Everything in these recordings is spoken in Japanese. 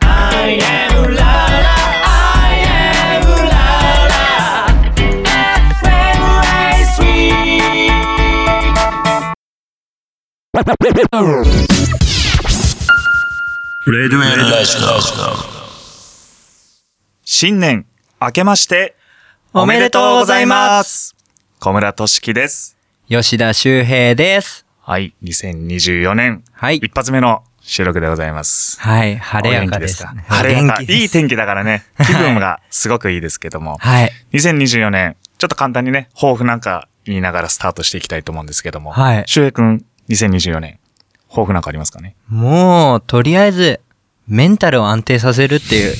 I am la la, I am la la. FM Ice Week. レデュエル大好新年明けましておめでとうございます小村俊樹です吉田修平です。はい2024年、はい一発目の収録でございますはい、晴れやかです。お元気か晴れやかいい気。天気だから ね気分がすごくいいですけども、はい。 2024年ちょっと簡単にね抱負なんか言いながらスタートしていきたいと思うんですけどもはい周平くん2024年抱負なんかありますかね もう、とりあえず、メンタルを安定させるって いう。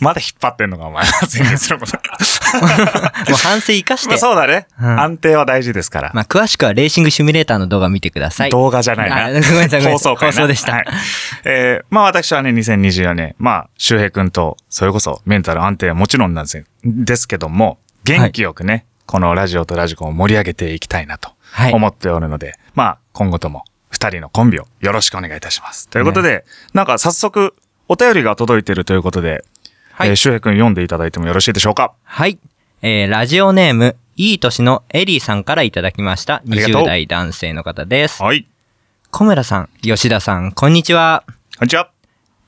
まだ引っ張ってんのかお 前先月のこともう反省生かして。まあそうだね、ん安定は大事ですからまあ、詳しくはレーシングシミュレーターの動画見てください。動画じゃないな。あごめんなさい、ごめんな放さい。送回なでした。はい、えー、まあ私はね、2024年、まあ、周平くんと、それこそメンタル安定はもちろんなんですですけども、元気よくね、このラジオとラジコンを盛り上げていきたいなとはい思っておるので、まあ、今後とも二人のコンビをよろしくお願いいたします。ということで、なんか早速、お便りが届いているということで、はいえー周平くん読んでいただいてもよろしいでしょうかはい。えー、ラジオネーム、いい年のエリーさんからいただきました。りがとう20代男性の方です。はい。小村さん、吉田さん、こんにちは。こんにちは。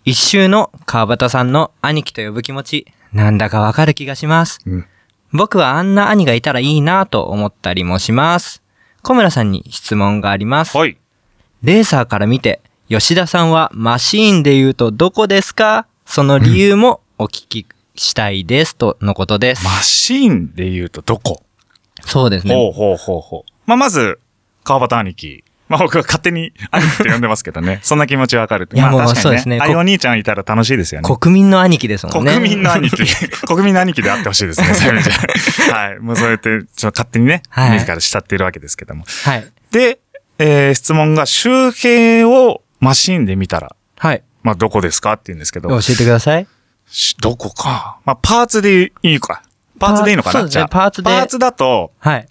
一周の川端さんの兄貴と呼ぶ気持ち、なんだかわかる気がします。うん僕はあんな兄がいたらいいなぁと思ったりもします。小村さんに質問があります。はい。レーサーから見て、吉田さんはマシーンで言うとどこですかその理由もお聞きしたいです、とのことです。マシーンで言うとどこそうでほすね。うほうほうほう。まあ、まず、川端兄貴。まあ、僕は勝手に兄貴って呼んでますけどね。そんな気持ちわかる。いやまもあ、う確そかうでにすね。ねああこいうお兄ちゃんいたら楽しいですよね。国民の兄貴ですもんね。国民の兄 貴。国民の兄貴であってほしいですね、そういう意味じゃ。はい。もうそうやって、ちょっと勝手にね、はい自ら慕っているわけですけども。 はい。で、えー質問が、周平をマシンで見たら、はい。まあ、どこですかって言うんですけ教ど、えてください。しどこか。まあ、パーツでいいか。パーツでいいのかパなーそうですじねゃあ。パーツでパーツだと、はい。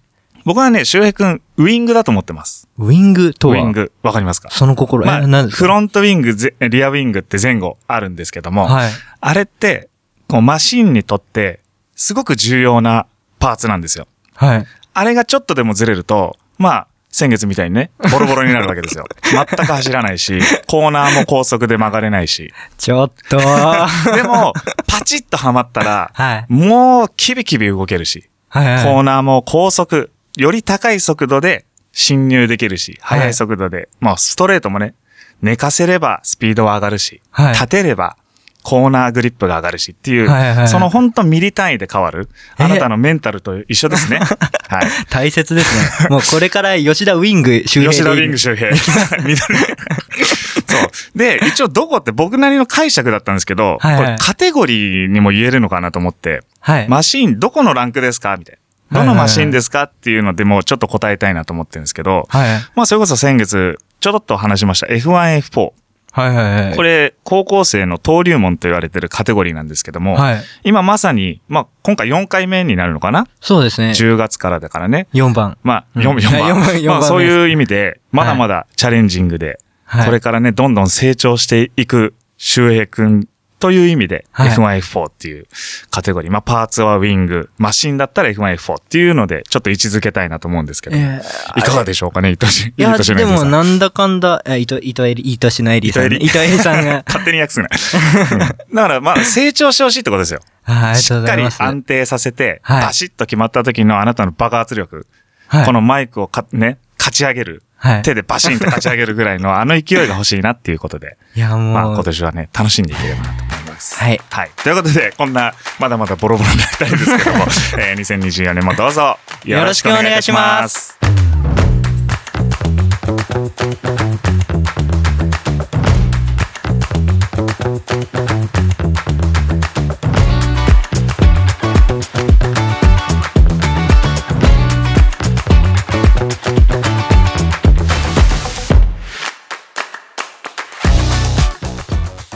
僕はね、周平くん、ウィングだと思ってます。ウィングとウはィング、わかりますかその心、まえ、あ、何ですかフロントウィング、ぜリアウィングって前後あるんですけども、はい。あれって、こうマシンにとって、すごく重要なパーツなんですよ。はい。あれがちょっとでもずれると、まあ、先月みたいにね、ボロボロになるわけ ですよ。全く走らないし、コーナーも高速で曲がれないし。ちょっ と。はでも、パチッとはまったら、はいもうキビキビ動けるし、いはい。コーナーも高速、より高い速度で進入できるし、はい速い速度で、まあストレートもね、寝かせればスピードは上がるし、はい立てればコーナーグリップが上がるしっていう、はいはいはいそのほんとミリ単位で変わる、えあなたのメンタルと一緒ですね。 はい。大切です ね。もうこれから吉田ウィング周平でいい吉田ウィング周 平。緑そう。で、一応どこって僕なりの解釈だったんですけど、はいはいこれカテゴリーにも言えるのかなと思って、はい。マシーンどこのランクですかみたいな。どのマシーンですかっていうのでもうちょっと答えたいなと思ってるんですけど、はい。まあそれこそ先月ちょろっと話しました F1、F4。はいはいはい。これ、れ高校生の登竜門と言われてるカテゴリーなんですけども、はい。今まさに、まあ今回4回目になるのかなそうですね。 ?10 月からだからね。 4番。まあうん4、4 4番番。 4まあ番そういう意味で、まだまだチャレンジングで、はいこれからね、どんどん成長していく周平くんという意味で、はい F1、F4 っていうカテゴリー。まあ、パーツはウィング、マシンだったら F1、F4 っていうので、ちょっと位置づけたいなと思うんですけど、えいかがでしょうかね、伊藤氏。いや、伊藤氏ので皆もさんなんだかんだ、え、伊藤、伊藤エリ、伊藤氏のエリさんね。伊。伊藤エリさんが 勝手に訳すな。うんだから、まあ、成長してほしいってことですよ。あありがしとうっごかざいります。安定させて、はいバシッと決まった時のあなたの爆発力。はいこのマイクをか、ね、勝ち上げる。はい手でバシンと勝ち上げるぐらい のあの勢いが欲しいなっていうことで、いや、もう。まあ今年はね、楽しんでいければなと思います。はい。はい。ということで、こんな、まだまだボロボロになりたいんですけ ども、えー、2024年もどうぞ、よろしくお願いいたします。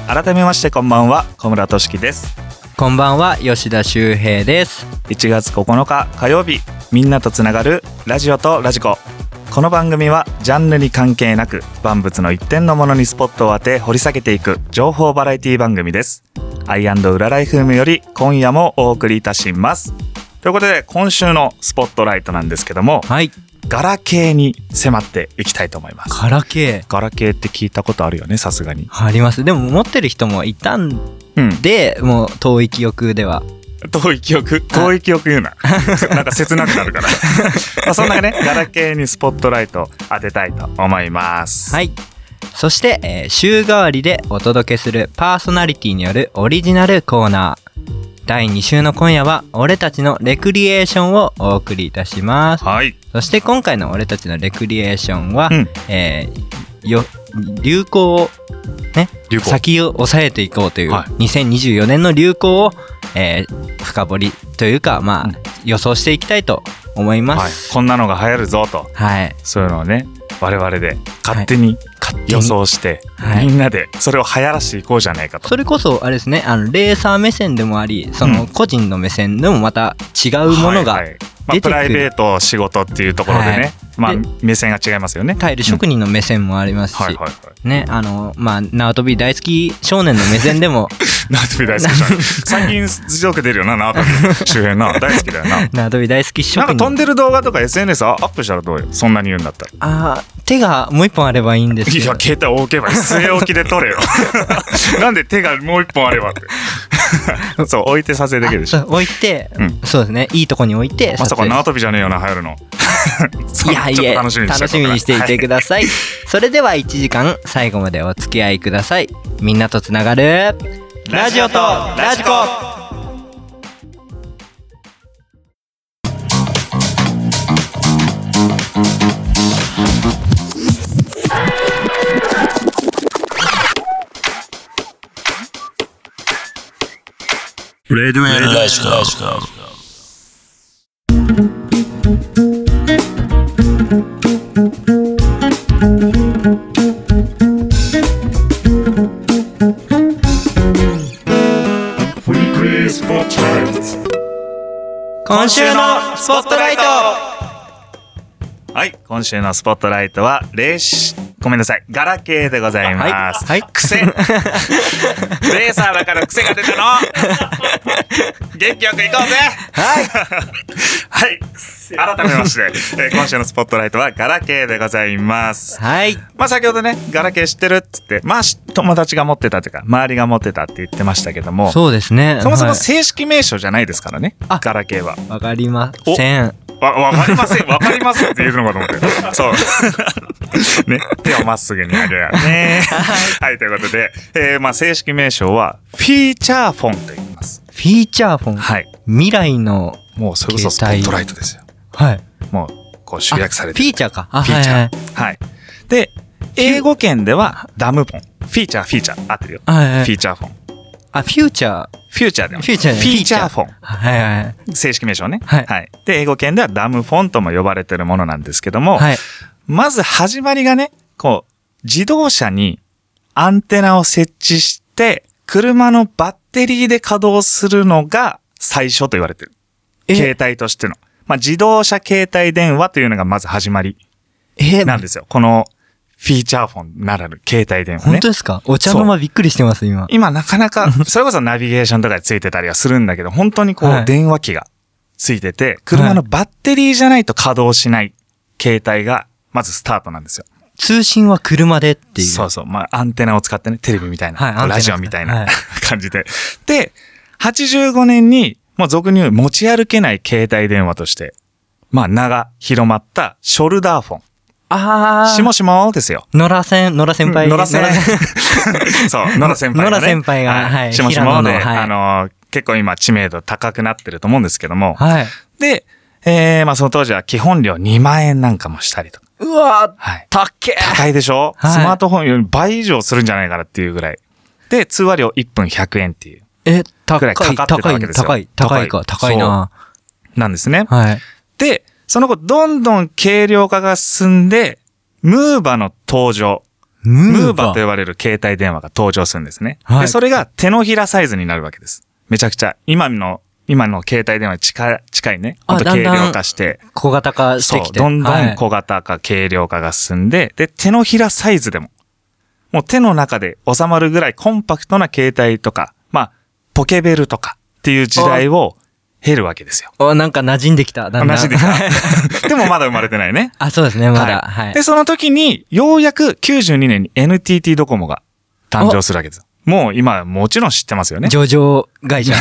改めましてこんばんは、小村俊樹です。こんばんは、吉田修平です。 1月9日火曜日、みんなとつながるラジオとラジコ。この番組はジャンルに関係なく万物の一点のものにスポットを当て掘り下げていく情報バラエティ番組ですアイウラライフムより今夜もお送りいたします。ということで、今週のスポットライトなんですけども、はい。ガラケーに迫っていきたいと思います。ガラケー。ガラケーって聞いたことあるよね、さすがに。あります。でも持ってる人もいたんうん。で、もう遠い記憶では。遠い記憶遠い記憶言うな。 なんか切なくなる から。まあそんなね、ガラケーにスポットライト当てたいと思います。はい。そして、えー週替わりでお届けするパーソナリティによるオリジナルコーナー。第2週の今夜は、俺たちのレクリエーションをお送りいたします。はい。そして今回の俺たちのレクリエーションは、うんえーよ流行を、ね、流行先を抑えていこうという、はい2024年の流行を、えー深掘りというか、まあ、うん予想していきたいと思いまはいす。。こんなのが流行るぞと。はい。そういうのをね、我々で勝手に勝手予に想して、はいみんなでそれを流行らしていこうじゃないかと。それこそあれですねあのレーサー目線でもありそうのん個人の目線でもまた違うものが、はいはいま出あ、プてくるライベート仕事っていうところではね、いまあで目線が違いますよね。タイル職人の目線もありますし、はいはいはい。ねあのまあ縄跳び大好き少年の目線 でも縄跳び大好 きじゃん。最近強く出るよな、縄跳び。周辺な、大好きだよな。縄跳び大好き職なんか人飛んでる動画とか SNS アップしたらどうよ。そんなに言うんだったら。あー手がもう一本あれ ばいいんですいけや、ど携帯置けばいい。据え置きで撮れ よ。 なんで手がもう一本あれば って。そう、置いて撮影できるでしそょ。う置いて、うんそうですねいいとこに置いてまさか撮影縄跳びじゃねえよな、流行る の。そいうやいちょっやと楽しみにして楽しみにしていてください、それでは1時間最後までお付き合いくださいみんなとつながるラジオとラジコレデュエラジコ。今週のスポットライトはい、今週のスポットライトは、レーシ、ごめんなさい、ガラケーでございます。はいはい 癖。レーサーだから癖が出たの。元気よく行こうぜ。はい。 はい。改めまして、えー今週のスポットライトは、ガラケーでございます。はいまあ先ほどね、ガラケー知ってるっつって、まあし友達が持ってたというか、周りが持ってたって言ってましたけども、そそうですねもそもはい正式名称じゃないですからね、あガラケーは。わかりませんわ、わかりません、わかりませんって言うのかと思 って。そう。ね、手をまっすぐに上げやね。 はい、ということで、えー、まあ正式名称は、フィーチャーフォンと言います。フィーチャーフォン、はい。未来のもうそれこそスポ携帯ットライトですよ。はいもう、こう集約されてフる。ィーチャーかあフィーチはャいー。はい。で、英語圏では、ダムフォン。フィーチャー、フィーチャー。合ってるよ。フはいはいはいィーチャーフォン。あフューチャーフューチャーではフューチャーじゃないフィーチャーフォン。はいはいはい正式名称ね。はいで、英語圏ではダムフォンとも呼ばれてるものなんですけども、はいまず始まりがね、こう、自動車にアンテナを設置して、車のバッテリーで稼働するのが最初と言われてる。え携帯としての。まあ、自動車携帯電話というのがまず始まりえなんですよ。このフィーチャーフォンならぬ携帯電話ね。本当ですかお茶の間びっくりしてます今今なかなか、それこそナビゲーションとかでついてたりはするんだけど、本当にこはうい電話機がついてて、車のバッテリーじゃないと稼働しない携帯が、まずスタートなんですよ。通信は車でっていうそうそう。まあ、アンテナを使ってね、テレビみたいな、はいアンテナラジオみたいな、はい 感じで。で、85年に、もう俗に言う持ち歩けない携帯電話として、まあ、名が広まったショルダーフォン。ああしもしもですよ。野良先野良先輩野 良先そう、野良先輩が、ね。野良先輩がはいしもしもで、平野のはいあのー結構今知名度高くなってると思うんですけども。はいで、えー、まあその当時は基本料2万円なんかもしたりとか。うわはい。たっけ高いでしょ、はいスマートフォンより倍以上するんじゃないかなっていうぐらい。で、通話料1分100円っていう、え高くらいいかかってた高わいけですよ高い高いか高高いいななんですね。はいで、その後どんどん軽量化が進んで、ムーバの登場。ムムーバと呼ばれる携帯電話が登場するんですね。はいで、それが手のひらサイズになるわけです。めちゃくちゃ、今の、今の携帯電話に近い、近いね。あほんとだん軽だん量化して。小型化しそてうき、て。どんどはんい小型化、軽量化が進んで、で、手のひらサイズでも、もう手の中で収まるぐらいコンパクトな携帯とか、まあ、ポケベルとかっていう時代を経るわけですよ。お、なんか馴染んできた。だん同だん じで すでもまだ生まれてないね。あ、そうですね、まだ。はい。で、その時に、ようやく92年に NTT ドコモが誕生するわけです。もう今、もちろん知ってますよね。上場会社。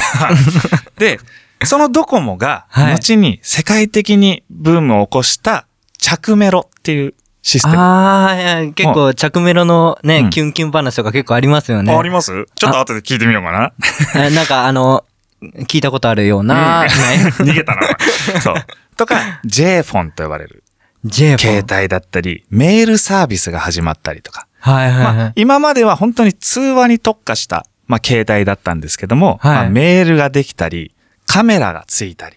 で、そのドコモが、はい後に世界的にブームを起こした、着メロっていうシステム。あああ、いや結構、着メロのね、うんキュンキュン話とか結構ありますよね。りますちょっと後で聞いてみようか な。えなんか、あの、聞いたことあるよう な、ね、逃げたな。お前そう。とか、J フォンと呼ばれる J フォ携ン。帯だったり、メールサービスが始まったりとか。はいはいはい。まあ、今までは本当に通話に特化した、まあ、携帯だったんですけども、はいまあ、メールができたり、カメラがついたり、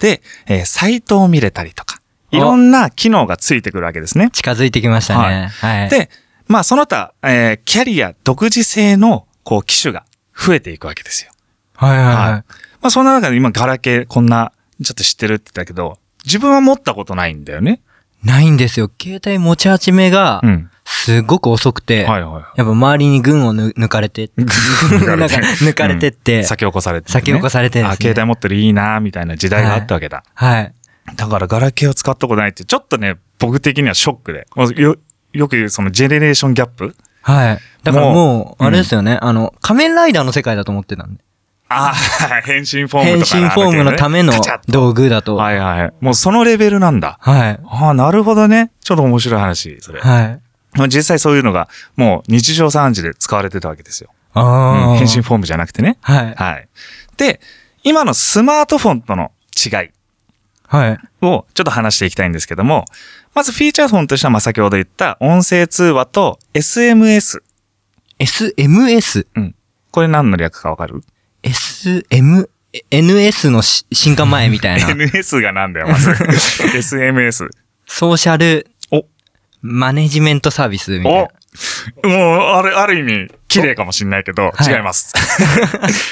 で、えーサイトを見れたりとか、いろんな機能がついてくるわけですね。近づいてきましたね。はい。で、まあ、その他、えーキャリア独自性の、こう、機種が増えていくわけですよ。はいはいはい。まあ、そんな中で今、ガラケー、こんな、ちょっと知ってるって言ったけど、自分は持ったことないんだよね。ないんですよ。携帯持ち始めがう、ん。すごく遅くて、はいはいはやっぱ周りに群をぬ抜か れて、い。なんか抜かれてって、うん先を越されて、先を越されてですねあ、携帯持ってるいいなみたいな時代があったわけだ。はい。だから、ガラケーを使ったことないって、ちょっとね、僕的にはショックで。まあよ、よく言う、その、ジェネレーションギャップはい。だからももう、うあれですよね、あの、仮面ライダーの世界だと思ってたんで。ああ、 変身フォー変ムとか身なフォームのためのガチャッ道具だと。はい。はいはい。もうそのレベルなんだ。はい。ああ、なるほどね。ちょっと面白い話、それ。あまあ実際そういうのが、もう日常3時で使われてたわけですよ。あうー。ん、変身フォームじゃなくてね。はい。はい。で、今のスマートフォンとの違いはい。をちょっと話していきたいんですけども、まずフィーチャーフォンとしては、まあ、先ほど言った音声通話と SMS。 SMS。うん。これ何の略かわ かる SM、NS のし進化前 みたいな。 ?NS がなんだよ、ま ず。SMS。ソーシャルお、マネジメントサービスみたいな。おもう、あれ、ある意味、綺麗かもしんないけど、はい違い ます。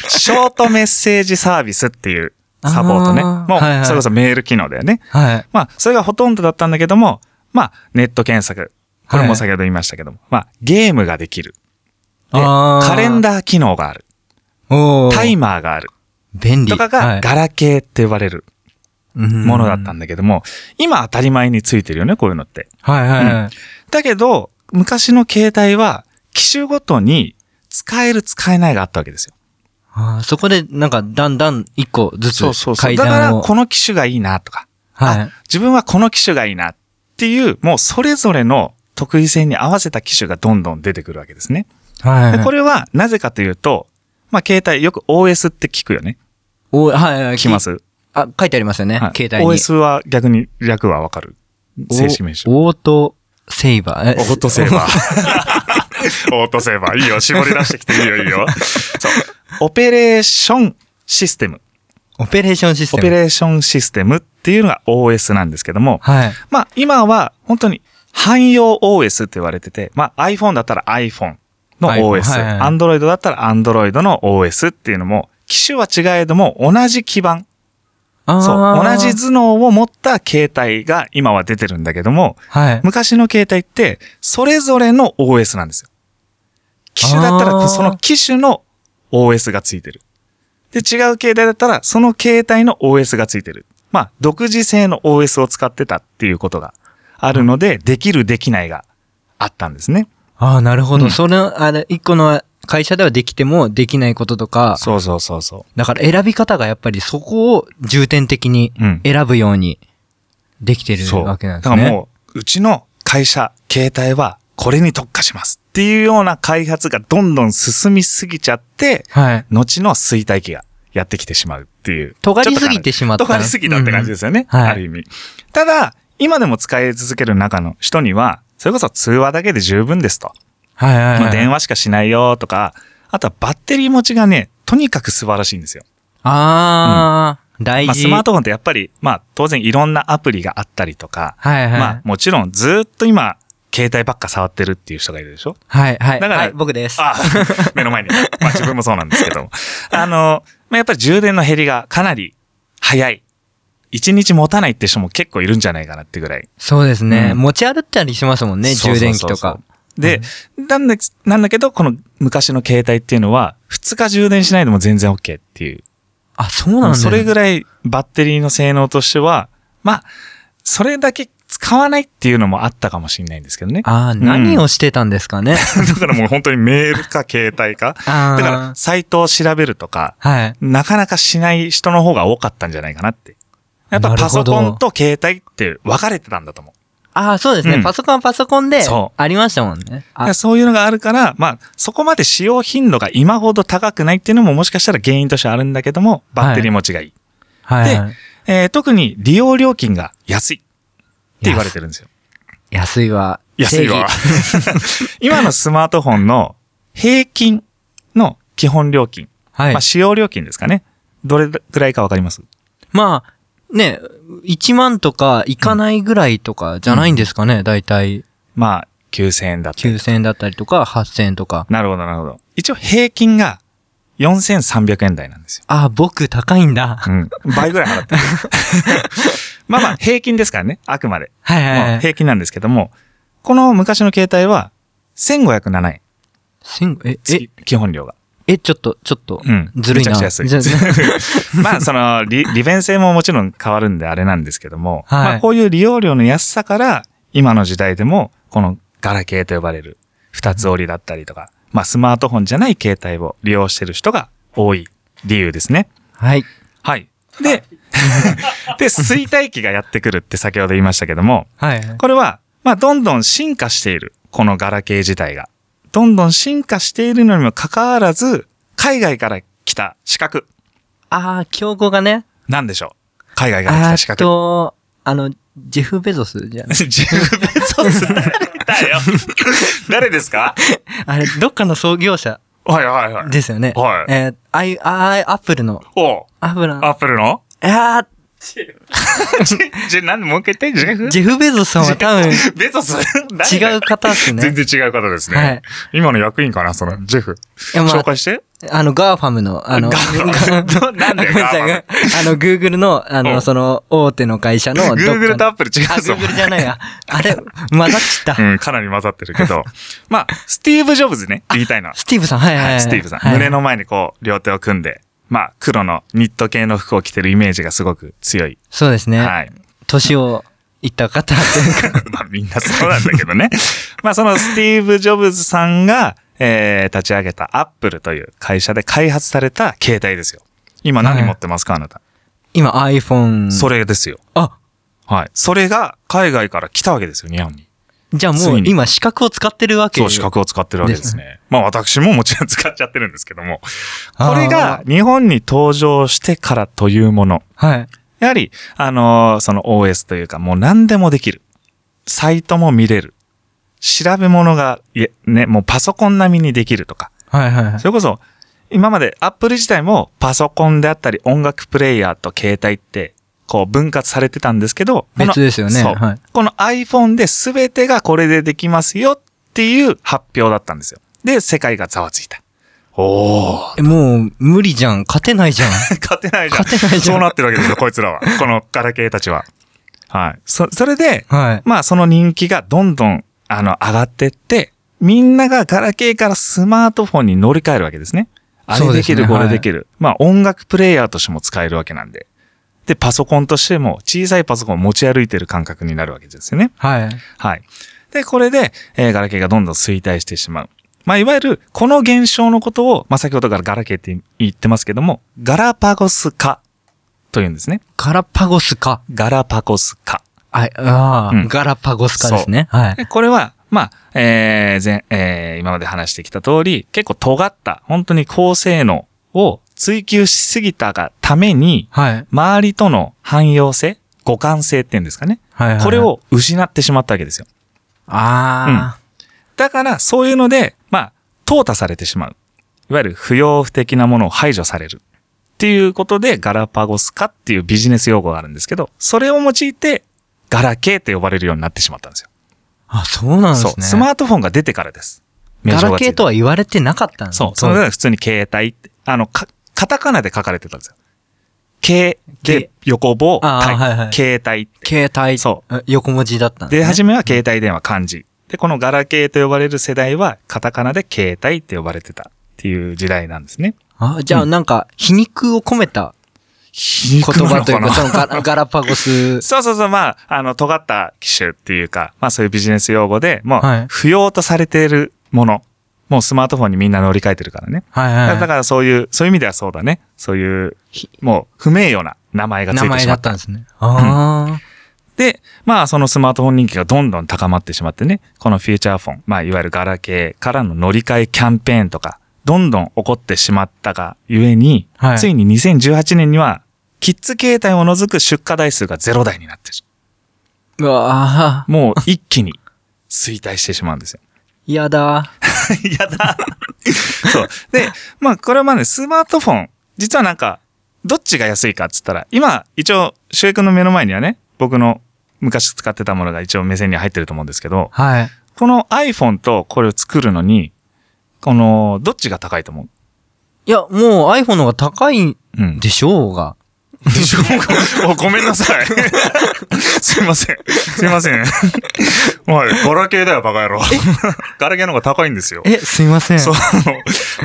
ショートメッセージサービスっていうサポートね。あーもう、はいはいそれこそメール機能だよね。はい。まあ、それがほとんどだったんだけども、まあ、ネット検索。これも先ほど言いましたけども、まあ、ゲームができる。であーカレンダー機能がある。おータイマーがある。便利。とかが、ガラケーって呼ばれるもものだったんだ。だけども、今当たり前についてるよね、こういうのって。はいはいはい。だけど、昔の携帯は、機種ごとに使える使えないがあったわけですよ。あーそこで、なんか、だんだん一個ずつ階だから、段を。この機種がいいなとか、はい。自分はこの機種がいいなっていう、もうそれぞれの得意性に合わせた機種がどんどん出てくるわけですね。はでい。これ、れは、なぜかというと、まあ、携帯、よく OS って聞くよね。おはいはい。聞きま。す。あ、書いてありますよねはい。携帯に。 OS は逆に略はわかる。正式名称。おオートセイバー。えオートセーバー。オートセーバー。いいよ。絞り出してきていいよ、いいよ。そう。オペレーションシステム。 オペレーションシステオム。ペレーションシステムっていうのが OS なんですけども、はい。まあ今は本当に汎用 OS って言われてて、まあ iPhone だったら iPhone の iPhone はい OS、はい Android だったら Android の OS っていうのも、機種は違えども同じ基盤、あーそう、同じ頭脳を持った携帯が今は出てるんだけども、はい。昔の携帯って、それぞれの OS なんですよ。機種だったあーら、その機種の OS がついてる。で、違う携帯だったら、その携帯の OS がついてる。まあ、独自性の OS を使ってたっていうことがあるので、できる、できないがあったんですね。ああ、なるほど。うんそれ、あれ、一個の会社ではできてもできないこととか、そうそうそうそだから選び方がやっぱりそこを重点的にうん選ぶようにできてう。るそう。わけなんだかですね。らもう、うちの会社、携帯はこれに特化します。っていうような開発がどんどん進みすぎちゃって、はい。後の衰退期がやってきてしまうっていう。尖りすぎてしまった尖りすぎたって感じですよね。うんはいある意味。ただ、今でも使い続ける中の人には、それこそ通話だけで十分ですと。はいはい、はい。まあ、電話しかしないよとか、あとはバッテリー持ちがね、とにかく素晴らしいんですよ。ああ、大まあ、事。スマートフォンってやっぱり、まあ当然いろんなアプリがあったりとか、はいはい。まあもちろんずっと今、携帯ばっか触ってるっていう人がいるでしょはいはい。だからはい、僕です。あ 目の前に。まあ自分もそうなんですけども。あの、まあ、やっぱり充電の減りがかなり早い。一日持たないって人も結構いるんじゃないかなってぐらい。そうですね、うん持ち歩いたりしますもんね、そうそ充う電器そうとそうか。。で、なんだ、なんだけど、この昔の携帯っていうのは、2日充電しないでも全然 OK っていう。あ、そうなんだ。それぐららい。いバッテリーの性能としては、まあ、それだけ使わないっていうのもあったかもしれないんですけどね。ああ、ん何をしてたんですか ね。だからもう本当にメールか携帯か。だああ。から、サイトを調べるとか、はい。なかなかしない人の方が多かったんじゃないかなって。やっぱパソコンと携帯って分かれてたんだと思う。ああ、そうですうね。んパソコンはパソコンでそ、うありましたもんね。だかあらそういうのがあるから、まあ、そこまで使用頻度が今ほど高くないっていうのももしかしたら原因としてあるんだけども、バッテリー持ちがいい。はい、はい。えー特に利用料金が安いって言われてるんですよ。安いわ。安いわ正 義。今のスマートフォンの平均の基本料金。はいまあ、。使用料金ですかね。どれぐらいかわかりますまあ、ね、1万とかいかないぐらいとかじゃないんですかね。だいたいまあ、9000円だったり。 9000円だったりとか8000円とか。なるほど、なるほど。一応平均が4300円台なんですよ。ああ、僕高い んだ。うん。倍ぐらい払ってる。 まあまあ、平均ですからね。あくまで。はいはいまはあい。平均なんですけども、この昔の携帯は1507円。千え、え月、基本 料が。え、ちょっと、ちょっとうん、ずるいな。めちゃくちゃ安ず いまあ、その、利利便性ももちろん変わるんであれなんですけども、はいまあ、こういう利用料の安さから、今の時代でも、このガラケーと呼ばれる、二つ折りだったりとか、まあ、スマートフォンじゃない携帯を利用してる人が多い理由ですね。はい。はい。で、 で、衰退期がやってくるって先ほど言いましたけども、はいはい。これは、まあ、どんどん進化している。このガラケー自体が。どんどん進化しているのにもかかわらず、海外から来た資格。ああ、競合がね。なんでしょう海外から来あた資ー 格。っと、あの、ジェフ・ベゾスじゃないジェフ・ベゾス誰だよ。 誰ですか あれ、どっかの創業者はいはいはい。ですよね。はいえー、あい、あい、アップルの、おうアップルの、アップルの いやーじゃ、なんでもう一回言って、ジェフジェフ・ベゾスさんは多分 ベゾス誰だ違よう方っすね。全然違う方ですね。はい今の役員かなその、ジェフ。いやまあ紹介して。 あの、ガーファムの、あの、ガーファムなんだよごめなさいガーフあの、グーグルの、あうの、んその、大手の会社のどっかの、 Google と Apple 違うあ、グぞーグルじゃないや。あれ、混ざっちゃった。うん、かなり混ざってるけど。 まあ、スティーブ・ジョブズね、言いたいのは。スティーブさん、はいはいは、はいい。スティーブさん、はい胸の前にこう、両手を組んで、まあ、黒のニット系の服を着てるイメージがすごく強い。そうですね。はい。 年をいった方っていうか。まあ、みんなそうなんだけどね。 まあ、そのスティーブ・ジョブズさんが、えー、立ち上げたアップルという会社で開発された携帯ですよ。今は何い持ってますか、あなた。今、iPhone。それですよ。あ、はい。それが海外から来たわけですよ、日本に。じゃあつもういに今、資格を使ってるわけそう、資格を使ってるわけですね。まあ、私ももちろん使っちゃってるんですけども。あこーれが日本に登場してからというもの。はい。やはり、あのーその OS というか、もう何でもできる。サイトも見れる。調べ物が、いえ、ね、もうパソコン並みにできるとか。はいはいはいそ。れこそ、今まで Apple 自体もパソコンであったり音楽プレイヤーと携帯って、こう分割されてたんですけど、この別ですよねそうはいこの iPhone で全てがこれでできますよっていう発表だったんですよ。で、世界がざわついた。おー。えもう、無理じゃん。勝てないじゃん。 勝てないじゃん。勝てないじゃそんうなってるわけですよ、こいつらは。このガラケーたちは。はい。そ、それで、はい。まあその人気がどんどん、あの、上がってって、みんながガラケーからスマートフォンに乗り換えるわけですね。あそれうでですきねる、これできる。まあ音楽プレイヤーとしても使えるわけなんで。で、パソコンとしても小さいパソコンを持ち歩いてる感覚になるわけですよね。はい。はい。で、これで、えーガラケーがどんどん衰退してしまう。まあ、いわゆる、この現象のことを、まあ、先ほどからガラケーって言ってますけども、ガラパゴス化というんですね。ガラパゴスか。ガラパゴス化。あ、あーうんガラパゴスかですね。はい。でこれは、まあ、えー、前、えー今まで話してきた通り、結構尖った、本当に高性能を追求しすぎたがために、はい。周りとの汎用性、互換性っていうんですかね。はい。これ。を失ってしまったわけですよ。あだから、そういうので、まあ、淘汰されてしまう。いわゆる不要不的なものを排除される。っていうことで、ガラパゴス化っていうビジネス用語があるんですけど、それを用いて、ガラケーって呼ばれるようになってしまったんですよ。あ。あ、そうなんですそねう。。スマートフォンが出てからです。ガラケーとはは言われてなかったんですそう。その普通に携帯って、あの、か、カタカナで書かれてたんですよ。けでけ、横棒、あー体はいはい携帯って。携帯。。そう横文字だったんでで、す、ね。初めは携帯電話漢字。で、このガラケーと呼ばれる世代は、カタカナで携帯って呼ばれてたっていう時代なんですね。あ、じゃあなんか、皮肉を込めた言言葉というか、そのガラガラパゴス。そうそうそう、まあ、あの、尖った機種っていうか、まあそういうビジネス用語で、もうはい、不要とされているもの。もうスマートフォンにみんな乗り換えてるからね。はいだかはいらはだからそういう、そういう意味ではそうだね。そういう、もう不名誉な名前がい。つ名いて前しだまっったたんっですね。あで、まあそのスマートフォン人気がどんどん高まってしまってね、このフューチャーフォン、まあいわゆるガラケーからの乗り換えキャンペーンとか、どんどん起こってしまったがゆえに、はいついに2018年には、キッズ携帯を除く出荷台数がゼロ台になってる。あ。うわあ。もう一気に衰退してしまうんですよ。嫌だ。やだ。 そう。で、まあこれはまあね、スマートフォン、実はなんか、どっちが安いかっつったら、今、一応、周平君の目の前にはね、僕の昔使ってたものが一応目線に入ってると思うんですけど、はい。この iPhone とこれを作るのに、この、どっちが高いと思いや、もう iPhone の方が高いんううん。でしょうが。でしょお ごめんなさい。すいません。すいませ ん。おい、ガラケーだよ、バカ野郎。ガラケーの方が高いんですよ。え、すいません。そう。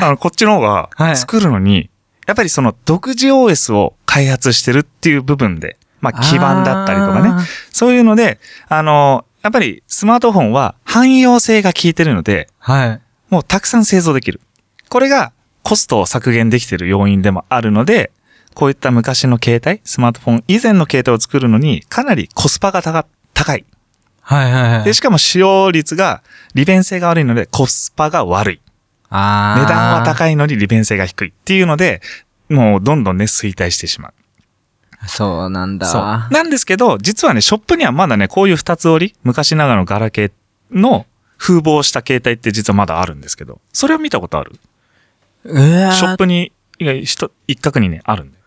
あの、こっちの方がは、い作るのに、やっぱりその独自 OS を開発してるっていう部分で、まあ基盤だったりとかね。ね。そういうので、あの、やっぱりスマートフォンは汎用性が効いてるので、はい。もうたくさん製造できる。これがコストを削減できてる要因でもあるので、こういった昔の携帯、スマートフォン以前の携帯を作るのにかなりコスパが高高い。はいはいはいで、。しかも使用率が利便性が悪いのでコスパが悪い。あ値段は高い。いのに利便性が低いっていうので、もうどんどんね、衰退してしまう。そうなんだ。そう。なんですけど、実はね、ショップにはまだね、こういう二つ折り、昔ながらのガラケーの風貌した携帯って実はまだあるんですけど、それを見たことあるうわーショップに、いや、ひと一角にね、あるんで。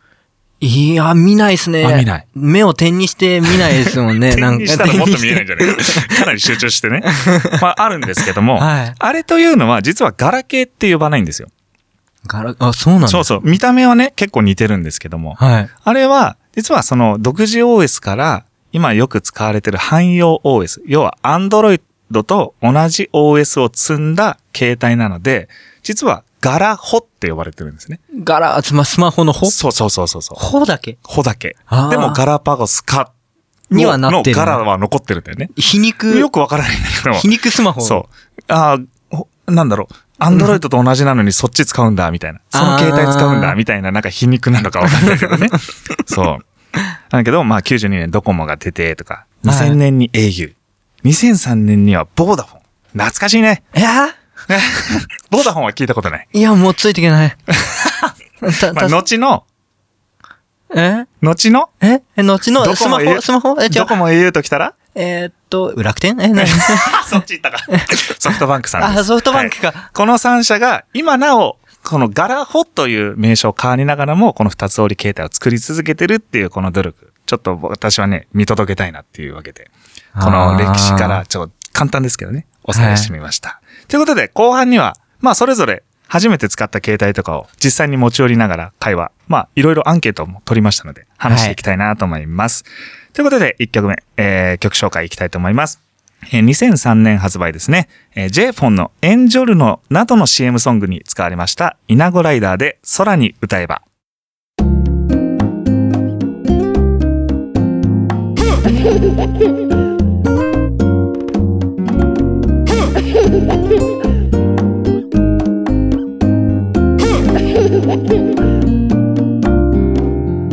いや、見ないですね。あ見ない。目を点にして見ないですも んね。点にしたらもっと見えないんいじゃないか。かなり集中してね。 まあ、あるんですけども、 はい。あれというのは、実はガラケーって呼ばないんですよ。 ガラ、あ、そうなんだ。そうそう。見た目はね、結構似てるんですけども、はい。あれは、実はその独自 OS から、今よく使われてる汎用 OS、要は Android と同じ OS を積んだ携帯なので、実はガラホって呼ばれてるんですね。ガラ、つま、スマホのほそうそうそうそうそう。ほだけホだけあー。でもガラパゴスかの、にはなってるのガラは残ってるんだよね。皮よ肉、くわからないんだけど。皮肉スマホ。そう。ああ、ほなんだろう。アンドロイドと同じなのにそっち使うんだ、みたいな。その携帯使うんあだ、ーみたいな、なんか皮肉なのかわかんないけ どね。そう。だけど、まあ92年ドコモが出てとか、はい2000年に au、2003年にはボーダフォン。懐かしいね。いやボーダフォンは聞いたことない。いや、もうついてい けない。たまあ、た後の、え後の、ええ後のドスコマモホ、スマホえ、違ドコう。モ au ときたら、えーっと、楽天 え、何 そっち行ったか。 ソフトバンクさんです。あ、ソフトバンクはか。いこの3社が、今なお、このガラホという名称を変わりながらも、この二つ折り携帯を作り続けてるっていうこの努力。ちょっと私はね、見届けたいなっていうわけで、この歴史から、ちょっと簡単ですけどね、お伝えしてみました。ということで、後半には、まあそれぞれ、初めて使った携帯とかを実際に持ち寄りながら会話、まあいろいろアンケートも取りましたので、話していきたいなと思います。ということで、1曲目、えー曲紹介いきたいと思います。えー2003年発売ですね。えー J フォンのエンジョルノなどの CM ソングに使われました、イナゴライダーで空に歌えば。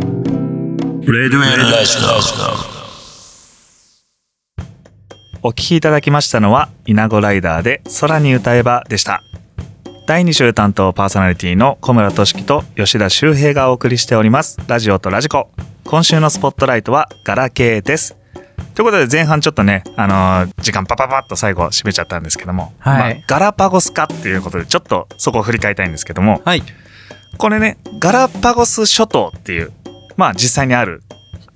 Red Red Lifestyle. お聴きいただきましたのは、イナゴライダーで空に歌えばでした。第2週担当パーソナリティの小村俊樹と吉田修平がお送りしております。ラジオとラジコ。今週のスポットライトはガラケーです。ということで前半ちょっとね、あのー時間パパパッと最後締めちゃったんですけども、はいまあガラパゴス化っていうことでちょっとそこを振り返りたいんですけども、はい。これね、ガラパゴス諸島っていう、まあ実際にある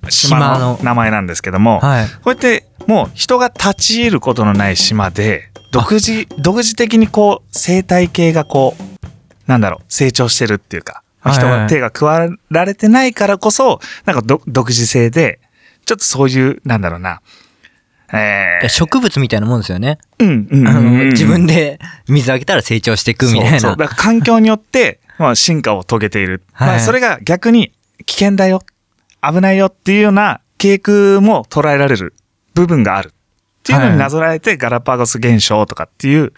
島島のの名前なんですけども、はい。こうやってもう人が立ち入ることのない島で独自独自的にこう生態系がこうなんだろう成長してるっていうか、まあはい人はいが手が加えられてないからこそなんかど独自性でちょっとそういうなんだろうなえー植物みたいなもんですよね。うんうんあうんうんの自分で水あげたら成長していくみたいそうなそう。だから環境によ って、まあ、進化を遂げている。はいまあ、それが逆に危険だよ、危ないよっていうような傾空も捉えられる部分がある。っていうのになぞらえて、ガラパゴス現象とかっていう、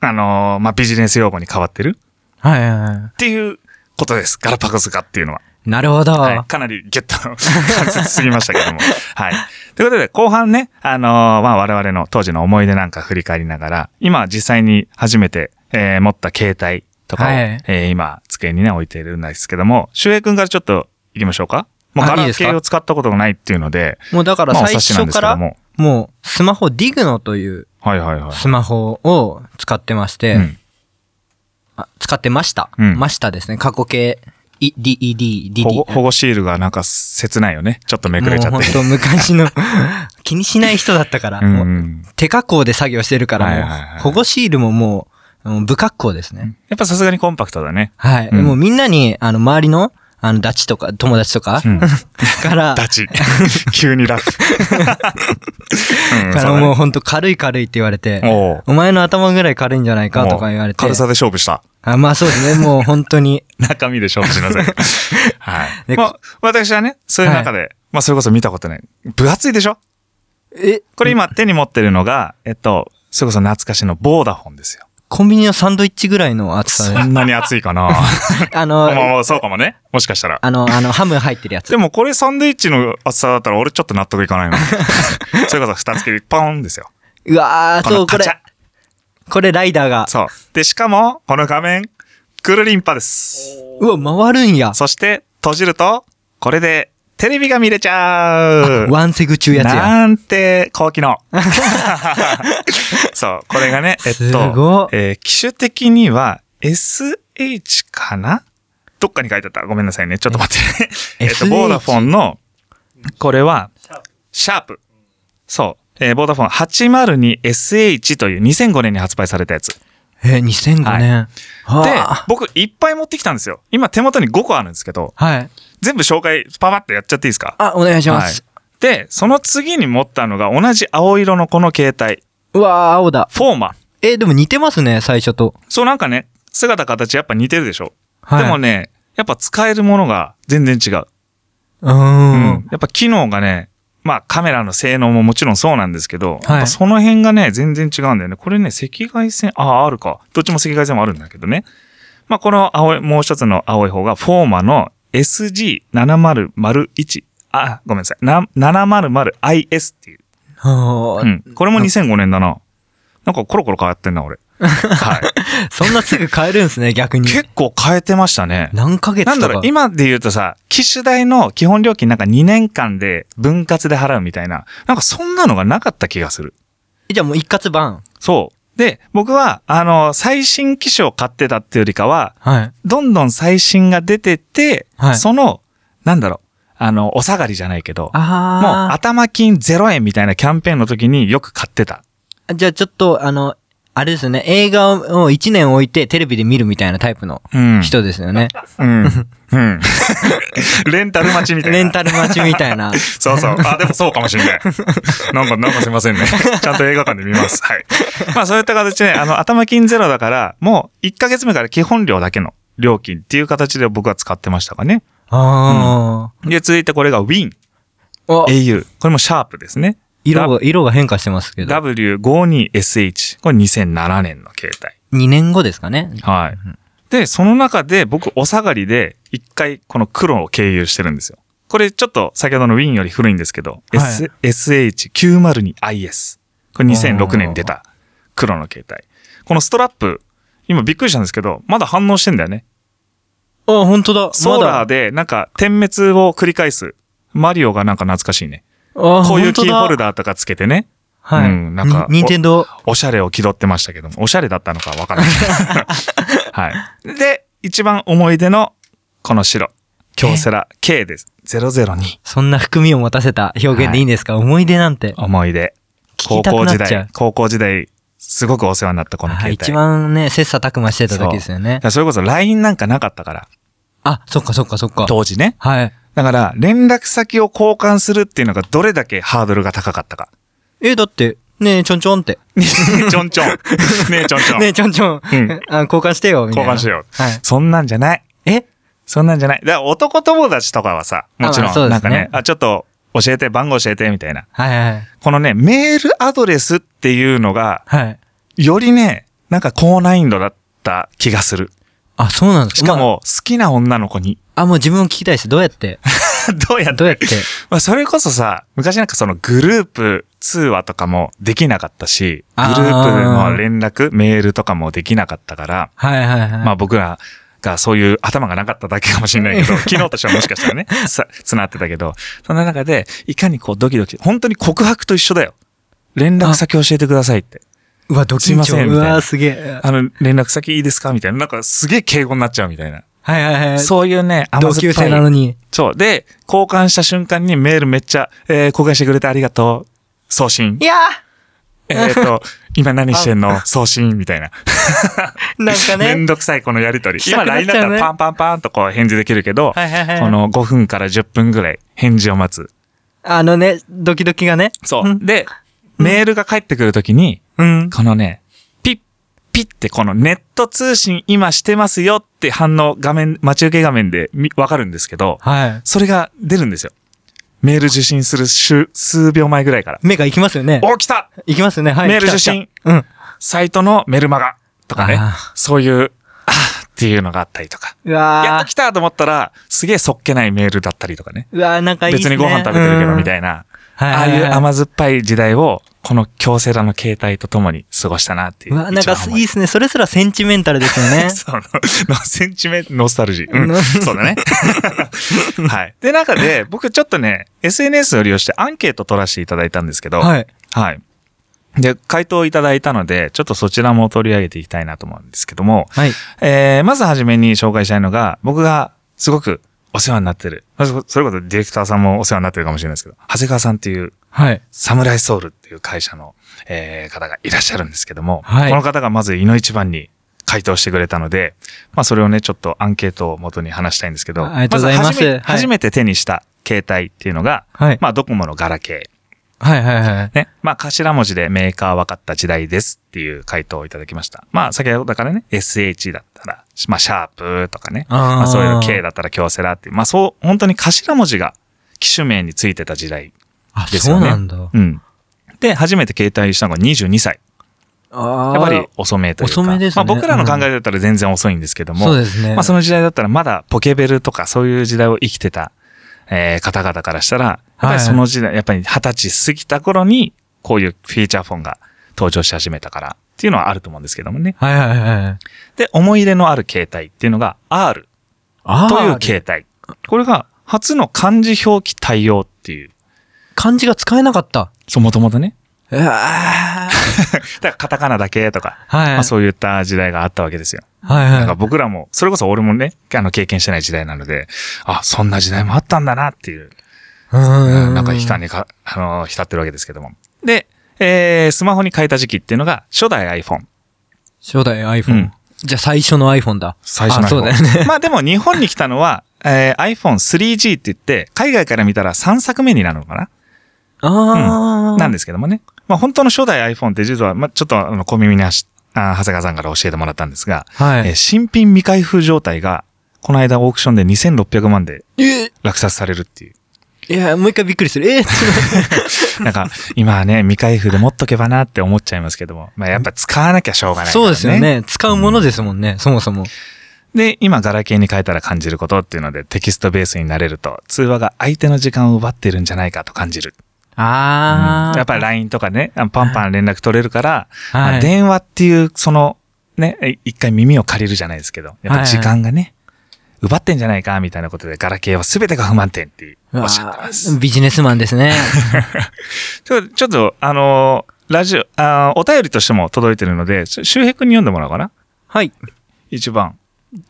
あのーまあ、ビジネス用語に変わってるはいはいはっていうことです。ガラパゴス化っていうのは。い。なるほど。はい、かなりゲット関節すぎましたけど も。はい。ということで、後半ね、あのーまあ、我々の当時の思い出なんか振り返りながら、今実際に初めて、えー持った携帯とかを、はいえー今、机にね、置いてるんですけども、周平くんからちょっと行きましょうか。もうあガいいラですケかーを使ったことがないっていうので、もうだからまあ、お最察しなん初ですかけどら、も。もうスマホ DIGNO というはいはいはい。スマホを使ってまして、うん。あ使ってました。うんましたですね。過去形、い DED、DD。保護保護シールがなんか切ないよね。ちょっとめくれちゃもっうて。本当昔の 気にしない人だったから、うんう、もうん手加工で作業してるから、はいはいもはうい保護シールももう、うん、不格好ですね。やっぱさすがにコンパクトだ ね。はい。うんもうみんなに、あの、周りの、あの、ダチとか、友達とか、うん から、ダチ。 急に ラフ。うんかそらうだねもうほんと軽い軽いって言われて、おうお前の頭ぐらい軽いんじゃないかとか言われて軽、さで勝負した。あまあそうですね、もう本当に、中身で勝負しな さい。はい。でまあ、私はね、そういう中で、まあ、それこそ見たことない。分厚いでしょえ、これ今手に持ってるのが、えっと、それこそ懐かしのボーダフォンですよ。コンビニのサンドイッチぐらいの厚さそで、んなに厚いかな あまあまあの、まあそうかもね。もしかしたら。あの、あの、ハム入ってるやつ。でもこれサンドイッチの厚さだったら俺ちょっと納得いか ないの。それこそ蓋付けでポンですよ。うわー、このそう、こカチャれ、これライダーが、そう。で、しかも、この画面、くるりんぱです。うわ、回るんや。そして、閉じると、これで、テレビが見れちゃうワンセグ中やつや。なんて、高機能。 そう、これがね、えっすとご、えー機種的には SH かなどっかに書いてあった。ごめんなさいね。ちょっと待ってね。えっと、 SH ボーダフォンの、これは、シャープ。そう。えーボーダフォン 802SH という2005年に発売されたやつ。で、えー、2005年。はあ僕いっぱい持ってきたんですよ。今手元に5個あるんですけど、はい。全部紹介、パパッとやっちゃっていいですかあ、お願いします。はい、で、その次に持ったのが同じ青色のこの携帯、うわー、青だ。フォーマ。えー、でも似てますね、最初と。そうなんかね、姿形やっぱ似てるでしょ、はい。でもね、やっぱ使えるものが全然違う。ううんん。やっぱ機能がね、まあカメラの性能ももちろんそうなんですけど、はいやっぱその辺がね、全然違うんだよね。これね、赤外線、ああ、あるか。どっちも赤外線もあるんだけどね。まあこの青い、もう一つの青い方が、フォーマの SG7001。あ、ごめんなさい。な 700IS っていう。はあうん。これも2005年だな。なんかコロコロ変わってんな、俺。はい。 そんなすぐ変えるん ですね、逆に。結構変えてましたね。何ヶ月となか。んだろう、今で言うとさ、機種代の基本料金なんか2年間で分割で払うみたいな、なんかそんなのがなかった気がする。じゃあもう一括版。そう。で、僕は、あの、最新機種を買ってたっていうよりかは、はい。どんどん最新が出てって、はいその、なんだろう、あの、お下がりじゃないけど、もうあ頭金0円みたいなキャンペーンの時によく買ってた。あ。じゃあちょっと、あの、あれですね、映画を1年置いてテレビで見るみたいなタイプのうん。人です よね。うん。 うん。レンタル待ちみたいな。レンタル待ちみたいな。 そうそう。あ、でもそうかもしれない。なんか、なんかすいません ね。ちゃんと映画館で見ます。はい。まあそういった形で、あの、頭金ゼロだから、もう1ヶ月目から基本料だけの料金っていう形で僕は使ってましたかね。あで、続いてこれが Win、あ。お au。これもシャープですね。色が、色が変化してますけど。 W52SH。これ2007年の携帯。 2年後ですかね。はい。で、その中で僕、お下がりで、一回、この黒を経由してるんですよ。これ、ちょっと、先ほどの Win より古いんですけど、はい S SH902IS。これ2006年に出た黒の携帯。このストラップ、今びっくりしたんですけど、まだ反応してんだよね。あ、本当だ。ソーラーで、なんか、点滅を繰り返す。マリオがなんか懐かしいね。あこういうキーホルダー。ダーとかつけてね。はい。うんなんか任天堂。おしゃれを気取ってましたけども、おしゃれだったのかわ からない。はい。で、一番思い出の、この白。京セラ K です。002。そんな含みを持たせた表現でいいんですか、思い出なんて。思い出。高聞きたく校な時っちゃう代、高校時代、すごくお世話になったこのは携い、帯。一番ね、切磋琢磨してた時ですよねだか。らそれこそ LINE なんかなかったから。あ、そっかそっかそっか。当時ね。はい。だから、連絡先を交換するっていうのがどれだけハードルが高かったか。え、だって、ねえ、ちょんちょんって。ちょん ちょん。ねえ、ちょんちょん。ねえ、ちょんちょん。んあ交換してよ、みた交いな。換しよう。はい。そんなんじゃない。えそんなんじゃない。だから男友達とかはさ、もちろあまあん、そうですねなんかね、あ、ちょっと教えて、番号教えて、みたいな。はいはい。このね、メールアドレスっていうのが、はい。よりね、なんか高難易度だった気がする。あ、そうなんですしかまも、好きな女の子に。 あ、あもう自分も聞きたいです。どうやって、どうやってどうやって。まあ、それこそさ、昔なんかそのグループ通話とかもできなかったし、グルあーープの連絡、メールとかもできなかったから、はいはいはい。まあ僕らがそういう頭がなかっただけかもしれないけど、 昨日としてはもしかしたらね、さ、つなってたけど、そんな中で、いかにこうドキドキ、本当に告白と一緒だよ。連絡先教えてくださいって。うわ、ドすキいンまチョせんン。みうたいなわ、すげえ。あの、連絡先いいですかみたいな。なんかすげえ敬語になっちゃうみたいな。はいはいはい。そういうね、甘同酸級っぱ生いなのに。そう。で、交換した瞬間にメールめっちゃ、えー交換してくれてありがとう。送信い。やえっと、今何してん の送信みたいな。ーなんか めんね。どくさいこのやりとり。した今くなっ LINE ちだゃうっねたらパンパンパンとこう返事できるけど、はいはいはいこの5分から10分ぐらい返事を待つ。あのね、ドキドキがね。そう。んで、メールが返ってくるときに、うん。このね、ピッ、ピッってこのネット通信今してますよって反応画面、待ち受け画面でみわかるんですけど、はい。それが出るんですよ。メール受信する数数秒前ぐらいから。目が行きますよね。お、来た行きますよね。はい。メール来た受信来たうん。サイトのメルマガとかねあー。そういう、あーっていうのがあったりとか。うやっわと来たと思ったら、すげえそっけないメールだったりとかね。ー。うわー、なんかいいっす別にね。ご飯食べてるけどみいたいな。なああいう甘酸っぱい時代を、この京セラの携帯とともに過ごしたなっていうう。わ、なんか一番思。いいっすね。それすらセンチメンタルですよね その、のセンチメント、ノスタルジー。ううんん、そう だね。はい。で、中で、僕ちょっとね、SNS を利用してアンケート取らせていただいたんですけど、はい。はい。で、回答いただいたので、ちょっとそちらも取り上げていきたいなと思うんですけども、はい。えー、まずはじめに紹介したいのが、僕がすごくお世話になってる。まあそそれこそディレクターさんもお世話になってるかもしれないですけど、長谷川さんっていう、 はい。サムライソウルっていう会社の、えー方がいらっしゃるんですけども、はいこの方がまず井の一番に回答してくれたので、まあそれをね、ちょっとアンケートを元に話したいんですけど、あありがとうございまずす初めはい初めて手にした携帯っていうのが、はい。まあドコモのガラケー。はいはいはい。ね。まあ、頭文字でメーカー分かった時代ですっていう回答をいただきました。まあ、先ほどだからね、SH だったら、まあ、シャープとかね。あーまあ、そういうの K だったら京セラっていう。まあ、そう、本当に頭文字が機種名についてた時代あ、ですそようね。なんだ。うん。で、初めて携帯したのが22歳。あやあ。っぱり遅めというか。遅めですねまあ、僕らの考えだったら全然遅いんですけども。そうですね。まあ、その時代だったらまだポケベルとかそういう時代を生きてた、えー方々からしたら、やっぱりその時代、やっぱり二十歳過ぎた頃に、こういうフィーチャーフォンが登場し始めたからっていうのはあると思うんですけどもね。はいはいはい。で、思い入れのある携帯っていうのが R あという携帯。これが初の漢字表記対応っていう。漢字が使えなかった。そう、もともとね。う わだからカタカナだけとか、はいまあそういった時代があったわけですよ。はいなんかは僕らも、それこそ俺もね、あの経験してない時代なので、あ、そんな時代もあったんだなっていうい。うなんか光にか、あのー、浸ってるわけですけども。で、えー、スマホに変えた時期っていうのが、初代 iPhone。初代う iPhone ん。じゃあ最初の iPhone だ。最初の iPhone。あそうだよね。まあでも日本に来たのは、えー、iPhone3G って言って、海外から見たら3作目になるのかな、ああ。なんですけどもね。まあ本当の初代 iPhone って実は、まあちょっとあの、小耳に足、あー長谷川さんから教えてもらったんですが、はえーい。新品未開封状態が、この間オークションで2600万でえ落札されるっていう。いや、もう一回びっくりする。えーちょっなん か、今はね、未開封で持っとけばなって思っちゃいますけども、まあやっぱ使わなきゃしょうがない、とそうですよ。ね。使うものですもんね、そもそも。で、今、ガラケーに変えたら感じることっていうので、テキストベースになれると、通話が相手の時間を奪ってるんじゃないかと感じる。ああ。やっぱり LINE とかね、あのパンパン連絡取れるから、はいまあ電話っていう、その、ね、え一回耳を借りるじゃないですけど、やっぱ時間がね、奪ってんじゃないか、みたいなことで、ガラケーは全てが不満点っていううおわっしゃってます。ビジネスマンですね。ちょちょっと、あのーラジオ、あーお便りとしても届いてるので、し周平君に読んでもらおうかな。はい。一番、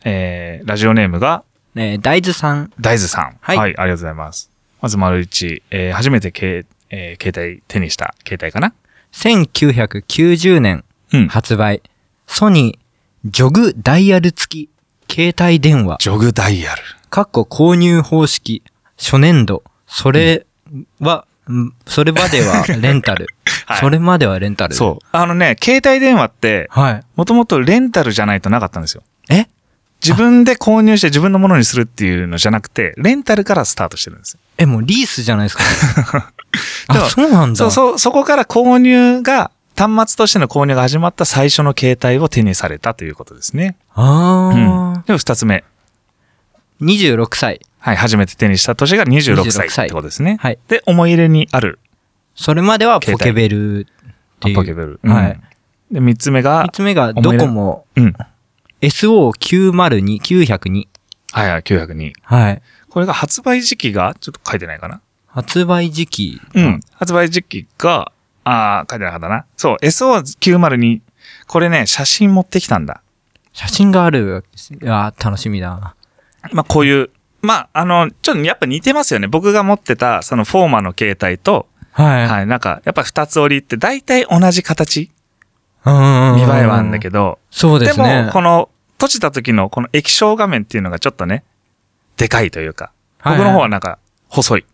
えー、ラジオネームが、ね大豆さん。大豆さん。はいありがとうございます。まず、丸一、えー、初めてけ、えー携帯、手にした携帯かな。 1990年うん。発売。ソニー、ジョグダイヤル付き、携帯電話。ジョグダイヤル。かっこ購入 方式、初年度、それは、んそれまではレンタはル。いそれまではレンタルそう。あのね、携帯電話って、はい。もともとレンタルじゃないとなかったんですよ。え自分で購入して自分のものにするっていうのじゃなくて、レンタルからスタートしてるんですよ。え、もうリースじゃないです か。であ、もそうなんだ。そう、そう、そこから購入が、端末としての購入が始まった最初の携帯を手にされたということですね。あうんあ、。で、二つ目。 26歳。はい、初めて手にした年が26歳26歳ってことですね。はい。で、思い入れにあるそれまではポケベルってアいう。ポケベル。はうん。。いで、三つ目が3、つ目がドコモうん。 SO902、902。はいはい、902。はい。これが発売時期が、ちょっと書いてないかな。発売時期。うん。発売時期が、あー、書いてなかったな。そう、SO902。これね、写真持ってきたんだ。写真があるわけですね。いやー、楽しみだ。まあ、こういう。まあ、あの、ちょっとやっぱ似てますよね。僕が持ってた、そのフォーマの携帯と、はい。はい、なんか、やっぱ二つ折りって大体同じ形うん見栄えはあるんだけど。ど、そうでですね。も、この、閉じた時のこの液晶画面っていうのがちょっとね、でかいというか、はい僕の方はなんか、細い。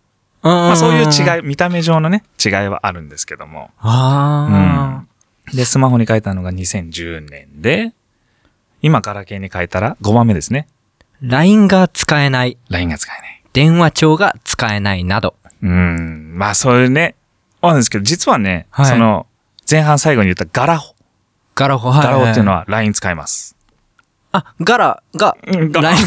ままあ、そういう違い。い、見た目上のね、違いはあるんですけども。ああ、で、スマホに変えたのが2010年で、今、ガラケーに変えたら5番目ですね。 LINE が使えない。 LINE が使えない。電話帳が使えないなど。うん。まあ、そういうね、あるんですけど、実はね、はいその、前半最後に言ったガラホ。ガラホ、はい。ガラホっていうのは。は LINE 使います。あ、ガラが、うんガラ LINE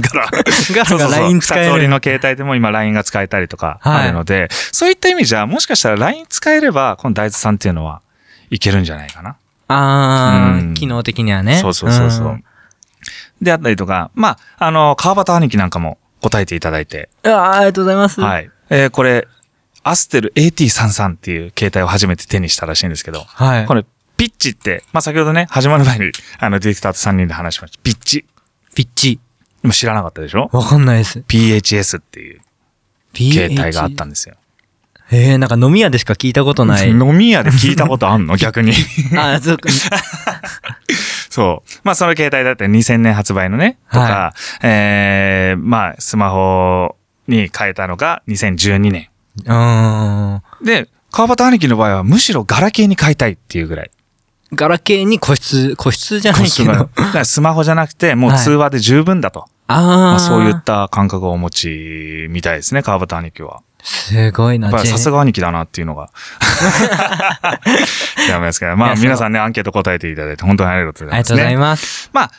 ガラ。 ガラが LINE 使そうそうそう二えつ折りる。の携帯でも今 LINE が使えたりとかはいあるので、そういった意味じゃ、もしかしたら LINE 使えれば、この大豆さんっていうのはいけるんじゃないかな。あうんあ、機能的にはね。。。そうそうそうそううんであったりとか、まあ、あの、川端兄貴なんかも答えていただいて、あーありがとうございます。。はいい。えーこれ、アステル AT33 っていう携帯を初めて手にしたらしいんですけど、はい。これ、ピッチって、まあ、先ほどね、始まる前に、あの、ディレクターと3人で話しました。ピッチ。ピッチ。今知らなかったでしょわかんないです。 ?PHS っていう PH 携帯があったんですよ。えー、なんか飲み屋でしか聞いたことない。飲み屋で聞いたことあんの 逆に。あ、そ うか。そう。まあ、その携帯だって2000年発売のね、とか、ええまあ、スマホに変えたのが2012年。うーん。で、川端兄貴の場合はむしろガラケーに変えたいっていうぐらい。ガラケーに個室、個室じゃないけ ど。だあからスマホじゃなくて、もう通話で十分だと。まああ、ー。そういった感覚をお持ちみたいですね、川端兄貴は。すごいな、やっぱりさすが。が兄貴だなっていうの が。 やめますけど。まあ、いやそう皆さんね、アンケート答えていただいて本当にありがとうごあざいりがます、とうね。まございます。あ、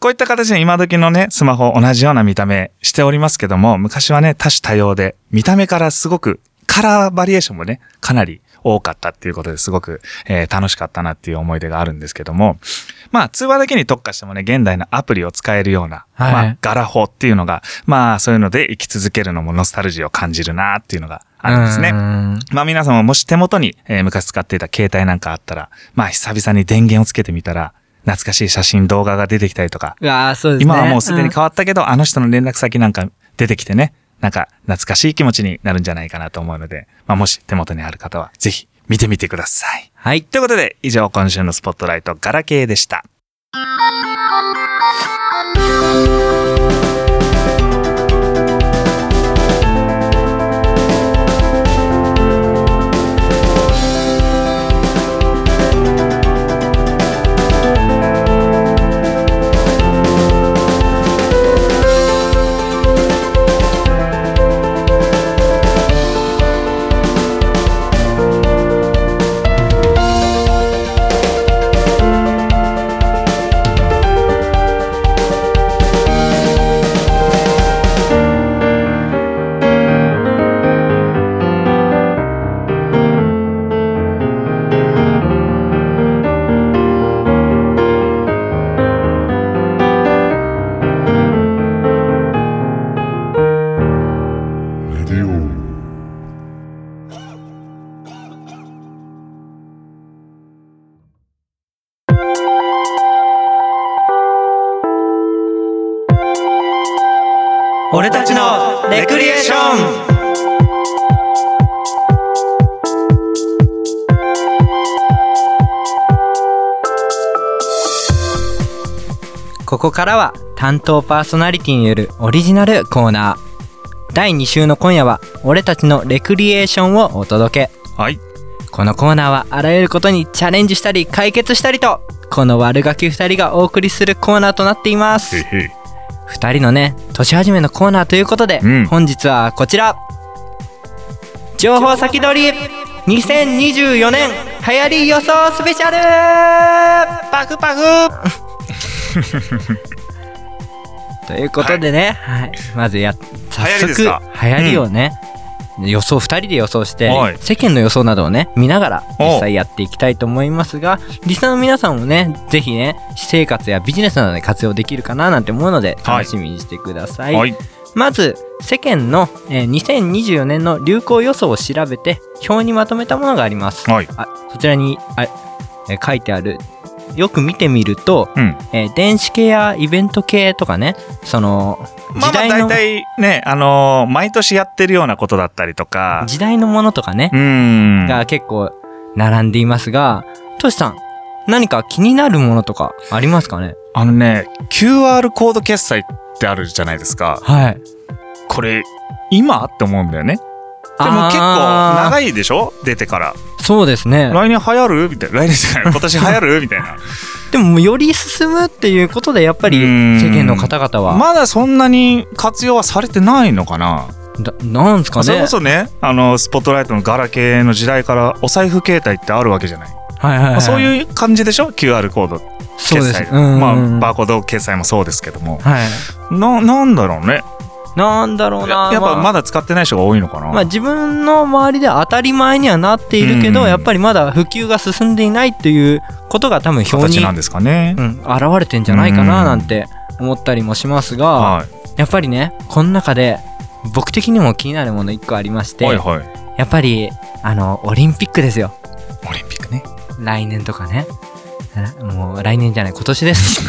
こういった形で今時のね、スマホ同じような見た目しておりますけども、昔はね、多種多様で、見た目からすごく、カラーバリエーションもね、かなり多かったっていうことですごく、えー楽しかったなっていう思い出があるんですけども、まあ、通話だけに特化してもね、現代のアプリを使えるような、はいまあ、ガラ法っていうのが、まあ、そういうので生き続けるのもノスタルジーを感じるなっていうのがあるんですねう。ーんまあ皆さんももし手元に、えー昔使っていた携帯なんかあったら、まあ久々に電源をつけてみたら、懐かしい写真、動画が出てきたりとか、うわあ、そうですね。今はもうすでにん変わったけど、あの人の連絡先なんか出てきてね、なんか懐かしい気持ちになるんじゃないかなと思うので、まあもし手元にある方は、ぜひ見てみてください。はい。ということで、以上今週のスポットライト、ガラケーでした。俺たちのレクリエーションここからは担当パーソナリティによるオリジナルコーナー第2週の今夜は俺たちのレクリエーションをお届けはい。このコーナーはあらゆることにチャレンジしたり解決したりとこの悪ガキ2人がお送りするコーナーとなっていますへへ2人のね年始めのコーナーということで、うん本日はこちら情報先取り2024年流行り予想スペシャルパフパ フということでね、はいまずや早流行りです速か流行りをね、予想2人で予想して、はい世間の予想などをね見ながら実際やっていきたいと思いますがリスナーの皆さんもねぜひね私生活やビジネスなどで活用できるかななんて思うのではい楽しみにしてください、はい。まず世間の、えー2024年の流行予想を調べて表にまとめたものがあります、はい。あそちらにあ、えー書いてあるよく見てみると、うん。えー電子系やイベント系とかねそのまあま時あ代の、大体ね、あのー毎年やってるようなことだったりとか。時代のものとかねう、ーん。が結構並んでいますが、トシさん、何か気になるものとかありますかねあのね、QR コード決済ってあるじゃないですか。はい。これ、今って思うんだよね。でも結構長いでしょ出てから。そうですね。来年流行るみたいな。来年じゃ ない。今年流行るみたいな。でも、より進むっていうことで、やっぱりうーん世間の方々は、まだそんなに活用はされてないのかな。だなんですかね。それこそね、あの、スポットライトのガラケーの時代からお財布携帯ってあるわけじゃない。はいはいはい、まあそうう、いう感じでしょ ?QR コードそう決です済。。うんまあ、バーコード決済もそうですけども。はい。な、なんだろうね。なんだろうやなやっぱまあまだ使ってない人が多いのかな。まあ、自分の周りで当たり前にはなっているけど、うんやっぱりまだ普及が進んでいないっていうことが多分表形に、なんですかねう。ん、現れてんじゃないかななんて思ったりもしますが、はい。やっぱりね、この中で僕的にも気になるもの一個ありまして、はいはい。やっぱりあのオリンピックですよ。オリンピックね。来年とかね。あらもう来年じゃない今年 です。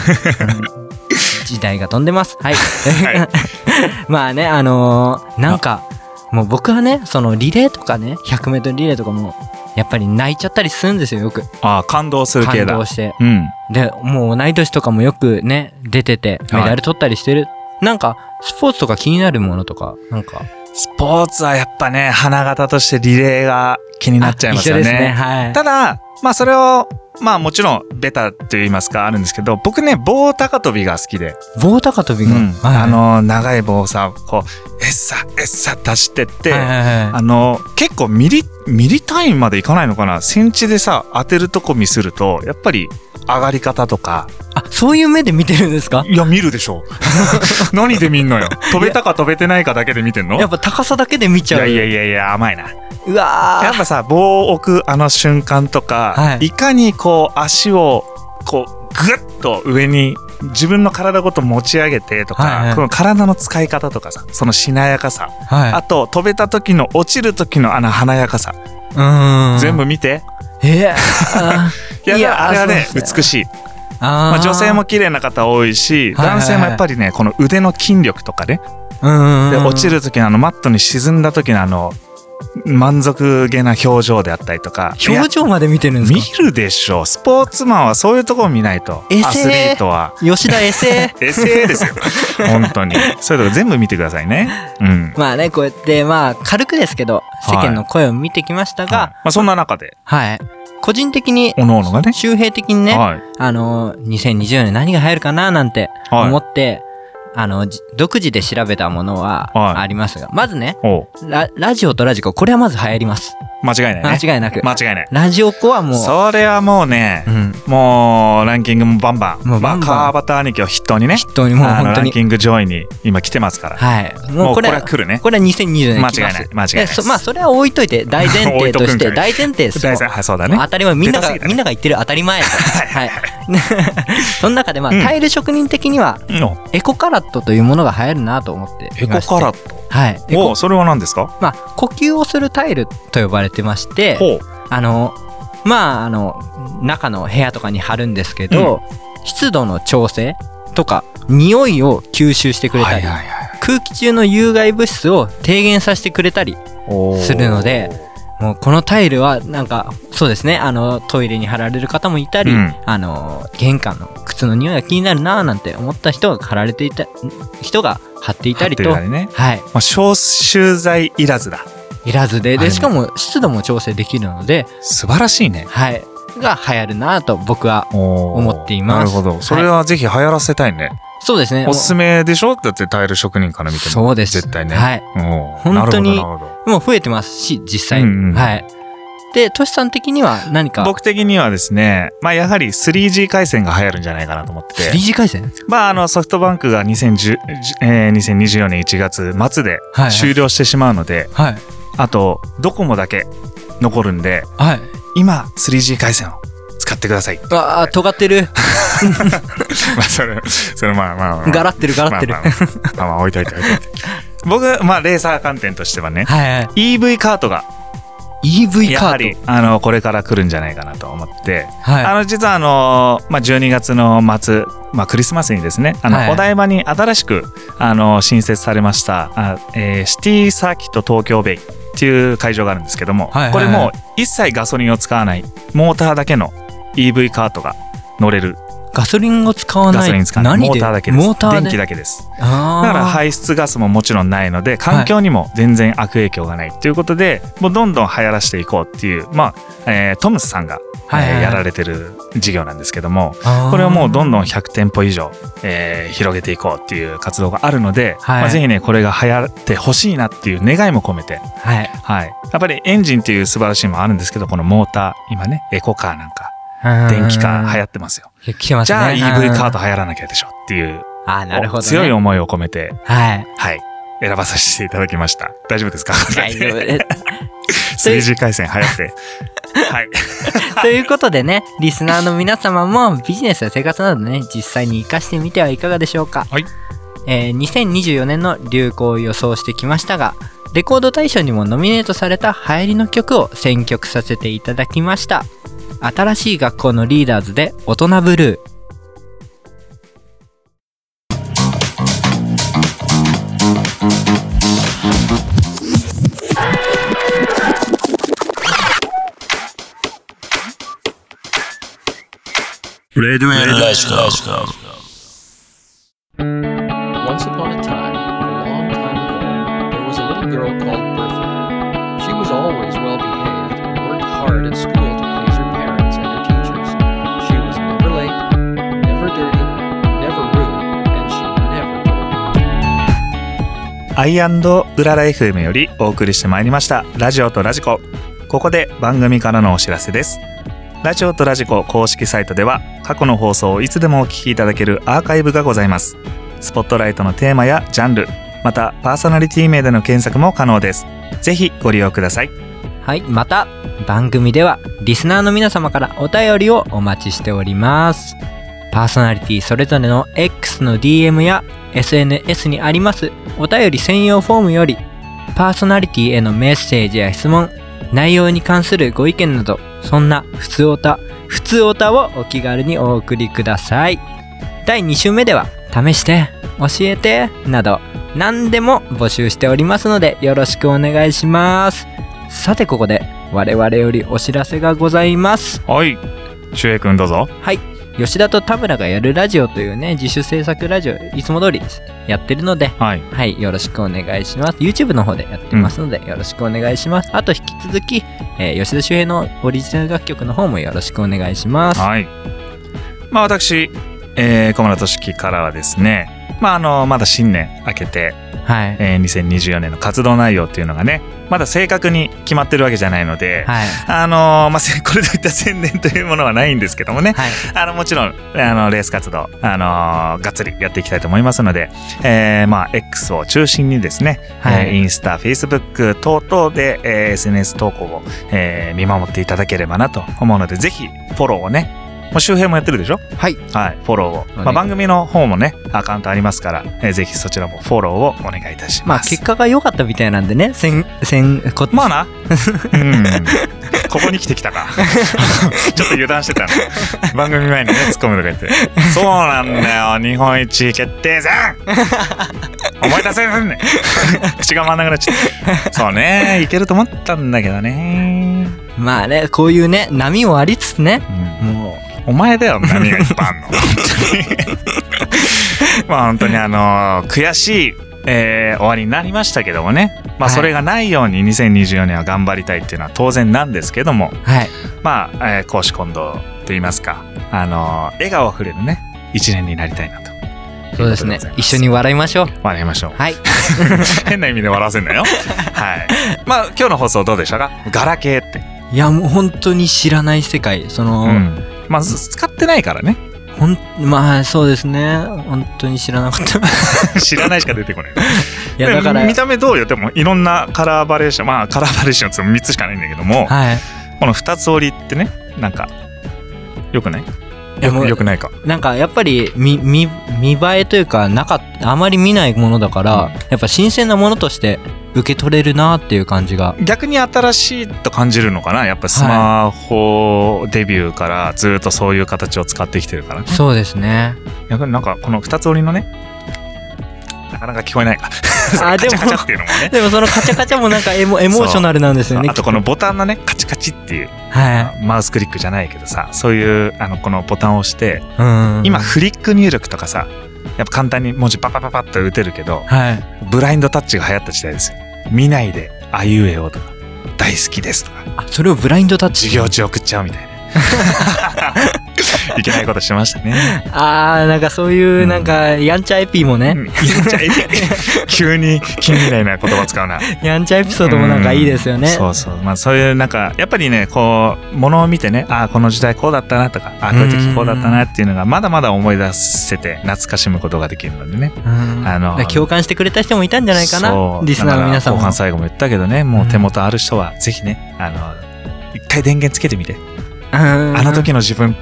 時代が飛んでます。はい。い まあね、あのーなんか、もう僕はね、そのリレーとかね、100メートルリレーとかも、やっぱり泣いちゃったりするんですよ、よく。ああ、感動する系感だ。動して。うん。で、もう同い年とかもよくね、出てて、メダル取ったりしてる。なんか、スポーツとか気になるものとか、なんか、スポーツはやっぱね、花形としてリレーが気になっちゃいますよあね。一緒ですね。はい。ただ、まあそれを、まあもちろんベタと言いますかあるんですけど、僕ね、棒高跳びが好きで、棒高跳びうが、んはいあの、長い棒をさ、こう、えっさ、えっさって走ってって、はいはいはあの、結構ミリ、ミリ単位までいかないのかなセンチでさ、当てるとこ見すると、やっぱり上がり方とか、い、あそういう目で見てるんですかいや、見るでしょ。 何で見んのよ。飛べたか飛べてないかだけで見てんのやっぱ高さだけで見ちいゃやういやいやいや、甘いな。うわーやっぱさ棒を置くあの瞬間とか、はいい、かにこう足をこうグッと上に自分の体ごと持ち上げてとか、はいはいこの体の使い方とかさそのしなやかさ、はいあと飛べた時の落ちる時のあの華やかさ、うーん全部見てえー、あ いやいやあれはねそうですね美しい、ーまああ、ー女性も綺麗な方多いし、はいはいはい男性もやっぱりねこの腕の筋力とかね、うーんで落ちる時のあのマットに沈んだ時のあの満足げな表情であったりとか表情まで見てるんで見するでしょスポーツマンはそういうところ見ないとエセーアスリートはか吉田エセ エセですよ 本当にそういうとこ全部見てくださいねうんまあねこうやってまあ軽くですけど世間の声を見てきましたまがあそんな中ではい、個人的におのおのがね周平的にね、はいあのー、2020年何が流行るかななんてはい思って、あのじ独自で調べたものははいありますが、まずねおうララジオとラジコこれはまず流行ります間違いない間ね違いなく間違いないラジオコはもうそれはもうねうんもうランキングもバンバンもうバンバンまあ川端兄貴を筆頭にね本当にもうあの本当ランにキング上位に今来てますからはいもうこれはは来るねこれは間2020年違に来いまなすい間違いないそまあそれは置いといて大前提と し置いとくてんか大前提です大体はいそうだね当たり前みんなベタすが、ぎたねみんなが言ってる当たり前はいね その中でまあ、うんタイル職人的にはうんエコカラットというものが流行るなと思ってエコカラトットはいエおコうそれは何ですかまあ呼吸をするタイルと呼ばれてましてほうあのまああの中の部屋とかに貼るんですけど、湿度の調整とか匂いを吸収してくれたり、いはい空気中の有害物質を低減させてくれたりおうするのでもうこのタイルはなんかそうですねあのトイレに貼られる方もいたり、うんあの玄関の靴の匂いが気になるなーなんて思った人が貼られていた人が貼っていたりと貼ってるのにねはいまあ消臭剤いらずだいいらずあで、れで、もしかも湿度も調整できるので、素晴らしいね。はい。が流行るなぁと僕は。思思っていますなるほど。それはぜひ流行らせたいね。そうですね。おすすめでしょだってタイル職人から見ても。そうです絶対ね。はいおー。本当なにるほどなるほどもう増えてますし、実際。うんうんはい。で、トシさん的には何か、僕的にはですね、まあやはり 3G 回線が流行るんじゃないかなと思ってて。 3G 回線まああのソフトバンクが2010、えー、2024年1月末ではいはい終了してしまうので、はい。あとドコモだけ残るんで、はい。今 3G 回線を使ってく ださい。ああ、尖っ てる。まあそれ、それまあまあまあ、ガラってる、ガラってる。まあまあまあまあまあ置いといて置いとい て。僕、まあレーサー観点としてはね、はいは EV カートがい。EV やカはーりあのこれから来るんじゃないかなと思って、ド。はい。あの実はあの、まあ、12月の末、まあ、クリスマスにですねあの、はいお台場に新しくあの新設されましたあ、えーシティサーキット東京ベイっていう会場があるんですけども、はいはいはいこれもう一切ガソリンを使わないモーターだけの EV カートが乗れるガソリンを使わない。ガソリン使わない何モでーターだけですモーターで。電気だけですあーだから排出ガスももちろんないので環境にも全然悪影響がないということで、もうどんどん流行らしていこうっていう、まあえートムスさんが、はいはいえはーいやられてる事業なんですけどもあーこれをもうどんどん100店舗以上、えー広げていこうっていう活動があるので、はいまあ、ぜひねこれが流行ってほしいなっていう願いも込めて、はい。はい、やっぱりエンジンっていう素晴らしいのもあるんですけどこのモーター今ねエコカーなんか電気カー流行い。ってますよ。来てますね。じゃあ EV カード。ト流行らなきゃでしょっていうああ、なるほど、ね。強い。思いを込めて はい。はい。選ばさせていただきました。大丈夫ですか大 丈夫 3G です。回線早く て。はい。 ということでね、リスナーの皆様もビジネスや生活などね、実際に活かしてみてはいかがでしょうか。はいえー2024年の流行を予想してきましたが、レコード大賞にもノミネートされた流行りの曲を選曲させていただきました。新しい学校のリーダーズで大人ブルー。 Red Red Let's go. Once upon a time, a long time ago, there was a little girl called Bertha. She was always well behaved and worked hard at school to please her parents and her teachers. She was never late, never dirty, never rude, and she never told. アイウララ FM よりお送りしてまいりました。ラジオとラジコ。ここで番組からのお知らせです。ラジオとラジコ公式サイトでは過去の放送をいつでもお聞きいただけるアーカイブがございます。スポットライトのテーマやジャンル、またパーソナリティ名での検索も可能です。ぜひご利用ください。はい、また番組ではリスナーの皆様からお便りをお待ちしております。パーソナリティそれぞれの X の DM や SNS にありますお便り専用フォームよりパーソナリティへのメッセージや質問、内容に関するご意見など、そんな普通おた、普通おたをお気軽にお送りください。第2週目では試して、教えて、など何でも募集しておりますのでよろしくお願いします。さてここで我々よりお知らせがございますはい。しゅうえいくんどうぞ。吉田と田村がやるラジオというね自主制作ラジオいつも通りやってるのではい。はいよろしくお願いします YouTube の方でやってますので、よろしくお願いしますあと引き続き、えー吉田周平のオリジナル楽曲の方もよろしくお願いしますはい。まあ私、えー小村俊樹からはですね、まああの、まだ新年明けて、はいえー2024年の活動内容っていうのがね、まだ正確に決まってるわけじゃないので、はいあのまあ、せ これといった宣伝というものはないんですけどもね、はいあの、もちろん、あの、レース活動、あのがっつりやっていきたいと思いますので、えーまあ、X を中心にですね、はいえーインスタ、Facebook 等々で、えー SNS 投稿を、えー見守っていただければなと思うので、ぜひ、フォローをね、もう周辺もやってるでしょはいはい、フォローを。まおあ、願い番組の方もね、アカウントありますから、えーぜひそちらもフォローをお願いいたしまあます。結果が良かったみたいなんでねせんせんこまあな。うん。ここに来てきたか。 ちょっと油断してたの。番組前にね、突っ込むとか言って。そうなんだよ、日本一決定戦思い出せんね。口が回んなくなっちゃった。そうね、いけると思ったんだけどね。まあねこういうね波もありつつねうんもお前だよ、 波がいっぱいあんの。本当にまあ本当にあの悔しいえー終わりになりましたけどもね、まあ、はいそれがないように2024年は頑張りたいっていうのは当然なんですけども、はい。まあ、えー、講師今度といいますか、あのー笑顔あふれるね、一年になりたいなと。そうですねとい。ことございます一緒に笑いましょう。笑いまし ょう。はい。変な意味で笑わせんなよ。はい。まあ、今日の放送どうでしたかガラケーって。いや、もう本当に知らない世界。その、うん。まあ、す使ってないからね。 ほん、まあそうですね。本当に知らな かった。い知らないしか出てこない。や、だから、ではい見。た目どうよでもいろんなカラーバリエーションまあカラーバリエーションって3つしかないんだけどもこの2つ折りってねなんかよくないいやよもうくよくないかなんかやっぱり見、見、見栄えというか、なかっあまり見ないものだから、うんやっぱ新鮮なものとして受け取れるなっていう感じが。逆に新しいと感じるのかなやっぱスマホデビューからずっとそういう形を使ってきてるからねそうで すね。逆になんかこの2つ折りのねなかなか聞こえないかあでもカチャカチャっていうのもね でもそのカチャカチャもなんかエモエモーショナルなんですよね。あとこのボタンのねカチカチっていうはマウスクリックじゃないけどさそういうあのこのボタンを押してい。うん。今。フリック入力とかさやっぱ簡単に文字パパパパッと打てるけどはい。ブラインドタッチが流行った時代ですよ見ないで「あいうえお」とか「大好きです」とかあ、それをブラインドタッチ。授業中送っちゃうみ たいないけないことしてましたねあー、なんかそういう、なんか、やんちゃエピもね、うんじゃあえ急に近未来な言葉使うなやんちゃエピソードもなんかいいですよね。そうそうまあそういうなんかやっぱりねこうものを見てねああこの時代こうだったなとかああこういう時こうだったなっていうのがまだまだ思い出せて懐かしむことができるのでねうん。あのだから共感してくれた人もいたんじゃないかなそ。うリスナーの皆さんだから後も。半最後も言ったけどねもううん手元ある人はぜひねあの一回電源つけてみてああの時の自分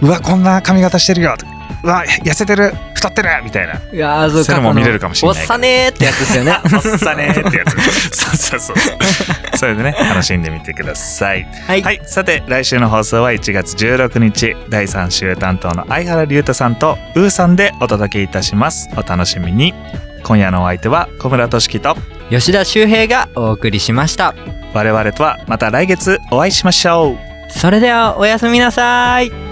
うわこんな髪型してるよとかうわ痩せてる太ってるみたいないやーそうそれも過去の見れるかもしれないおっさねーってやつですよねおっさねーってや つそうそうそうそうそれでね楽しんでみてくださいはい、はい、さて来週の放送は1月16日第3週担当の相原龍太さんとウーさんでお届けいたしますお楽しみに今夜のお相手は小村俊樹と吉田修平がお送りしました我々とはまた来月お会いしましょうそれではおやすみなさーい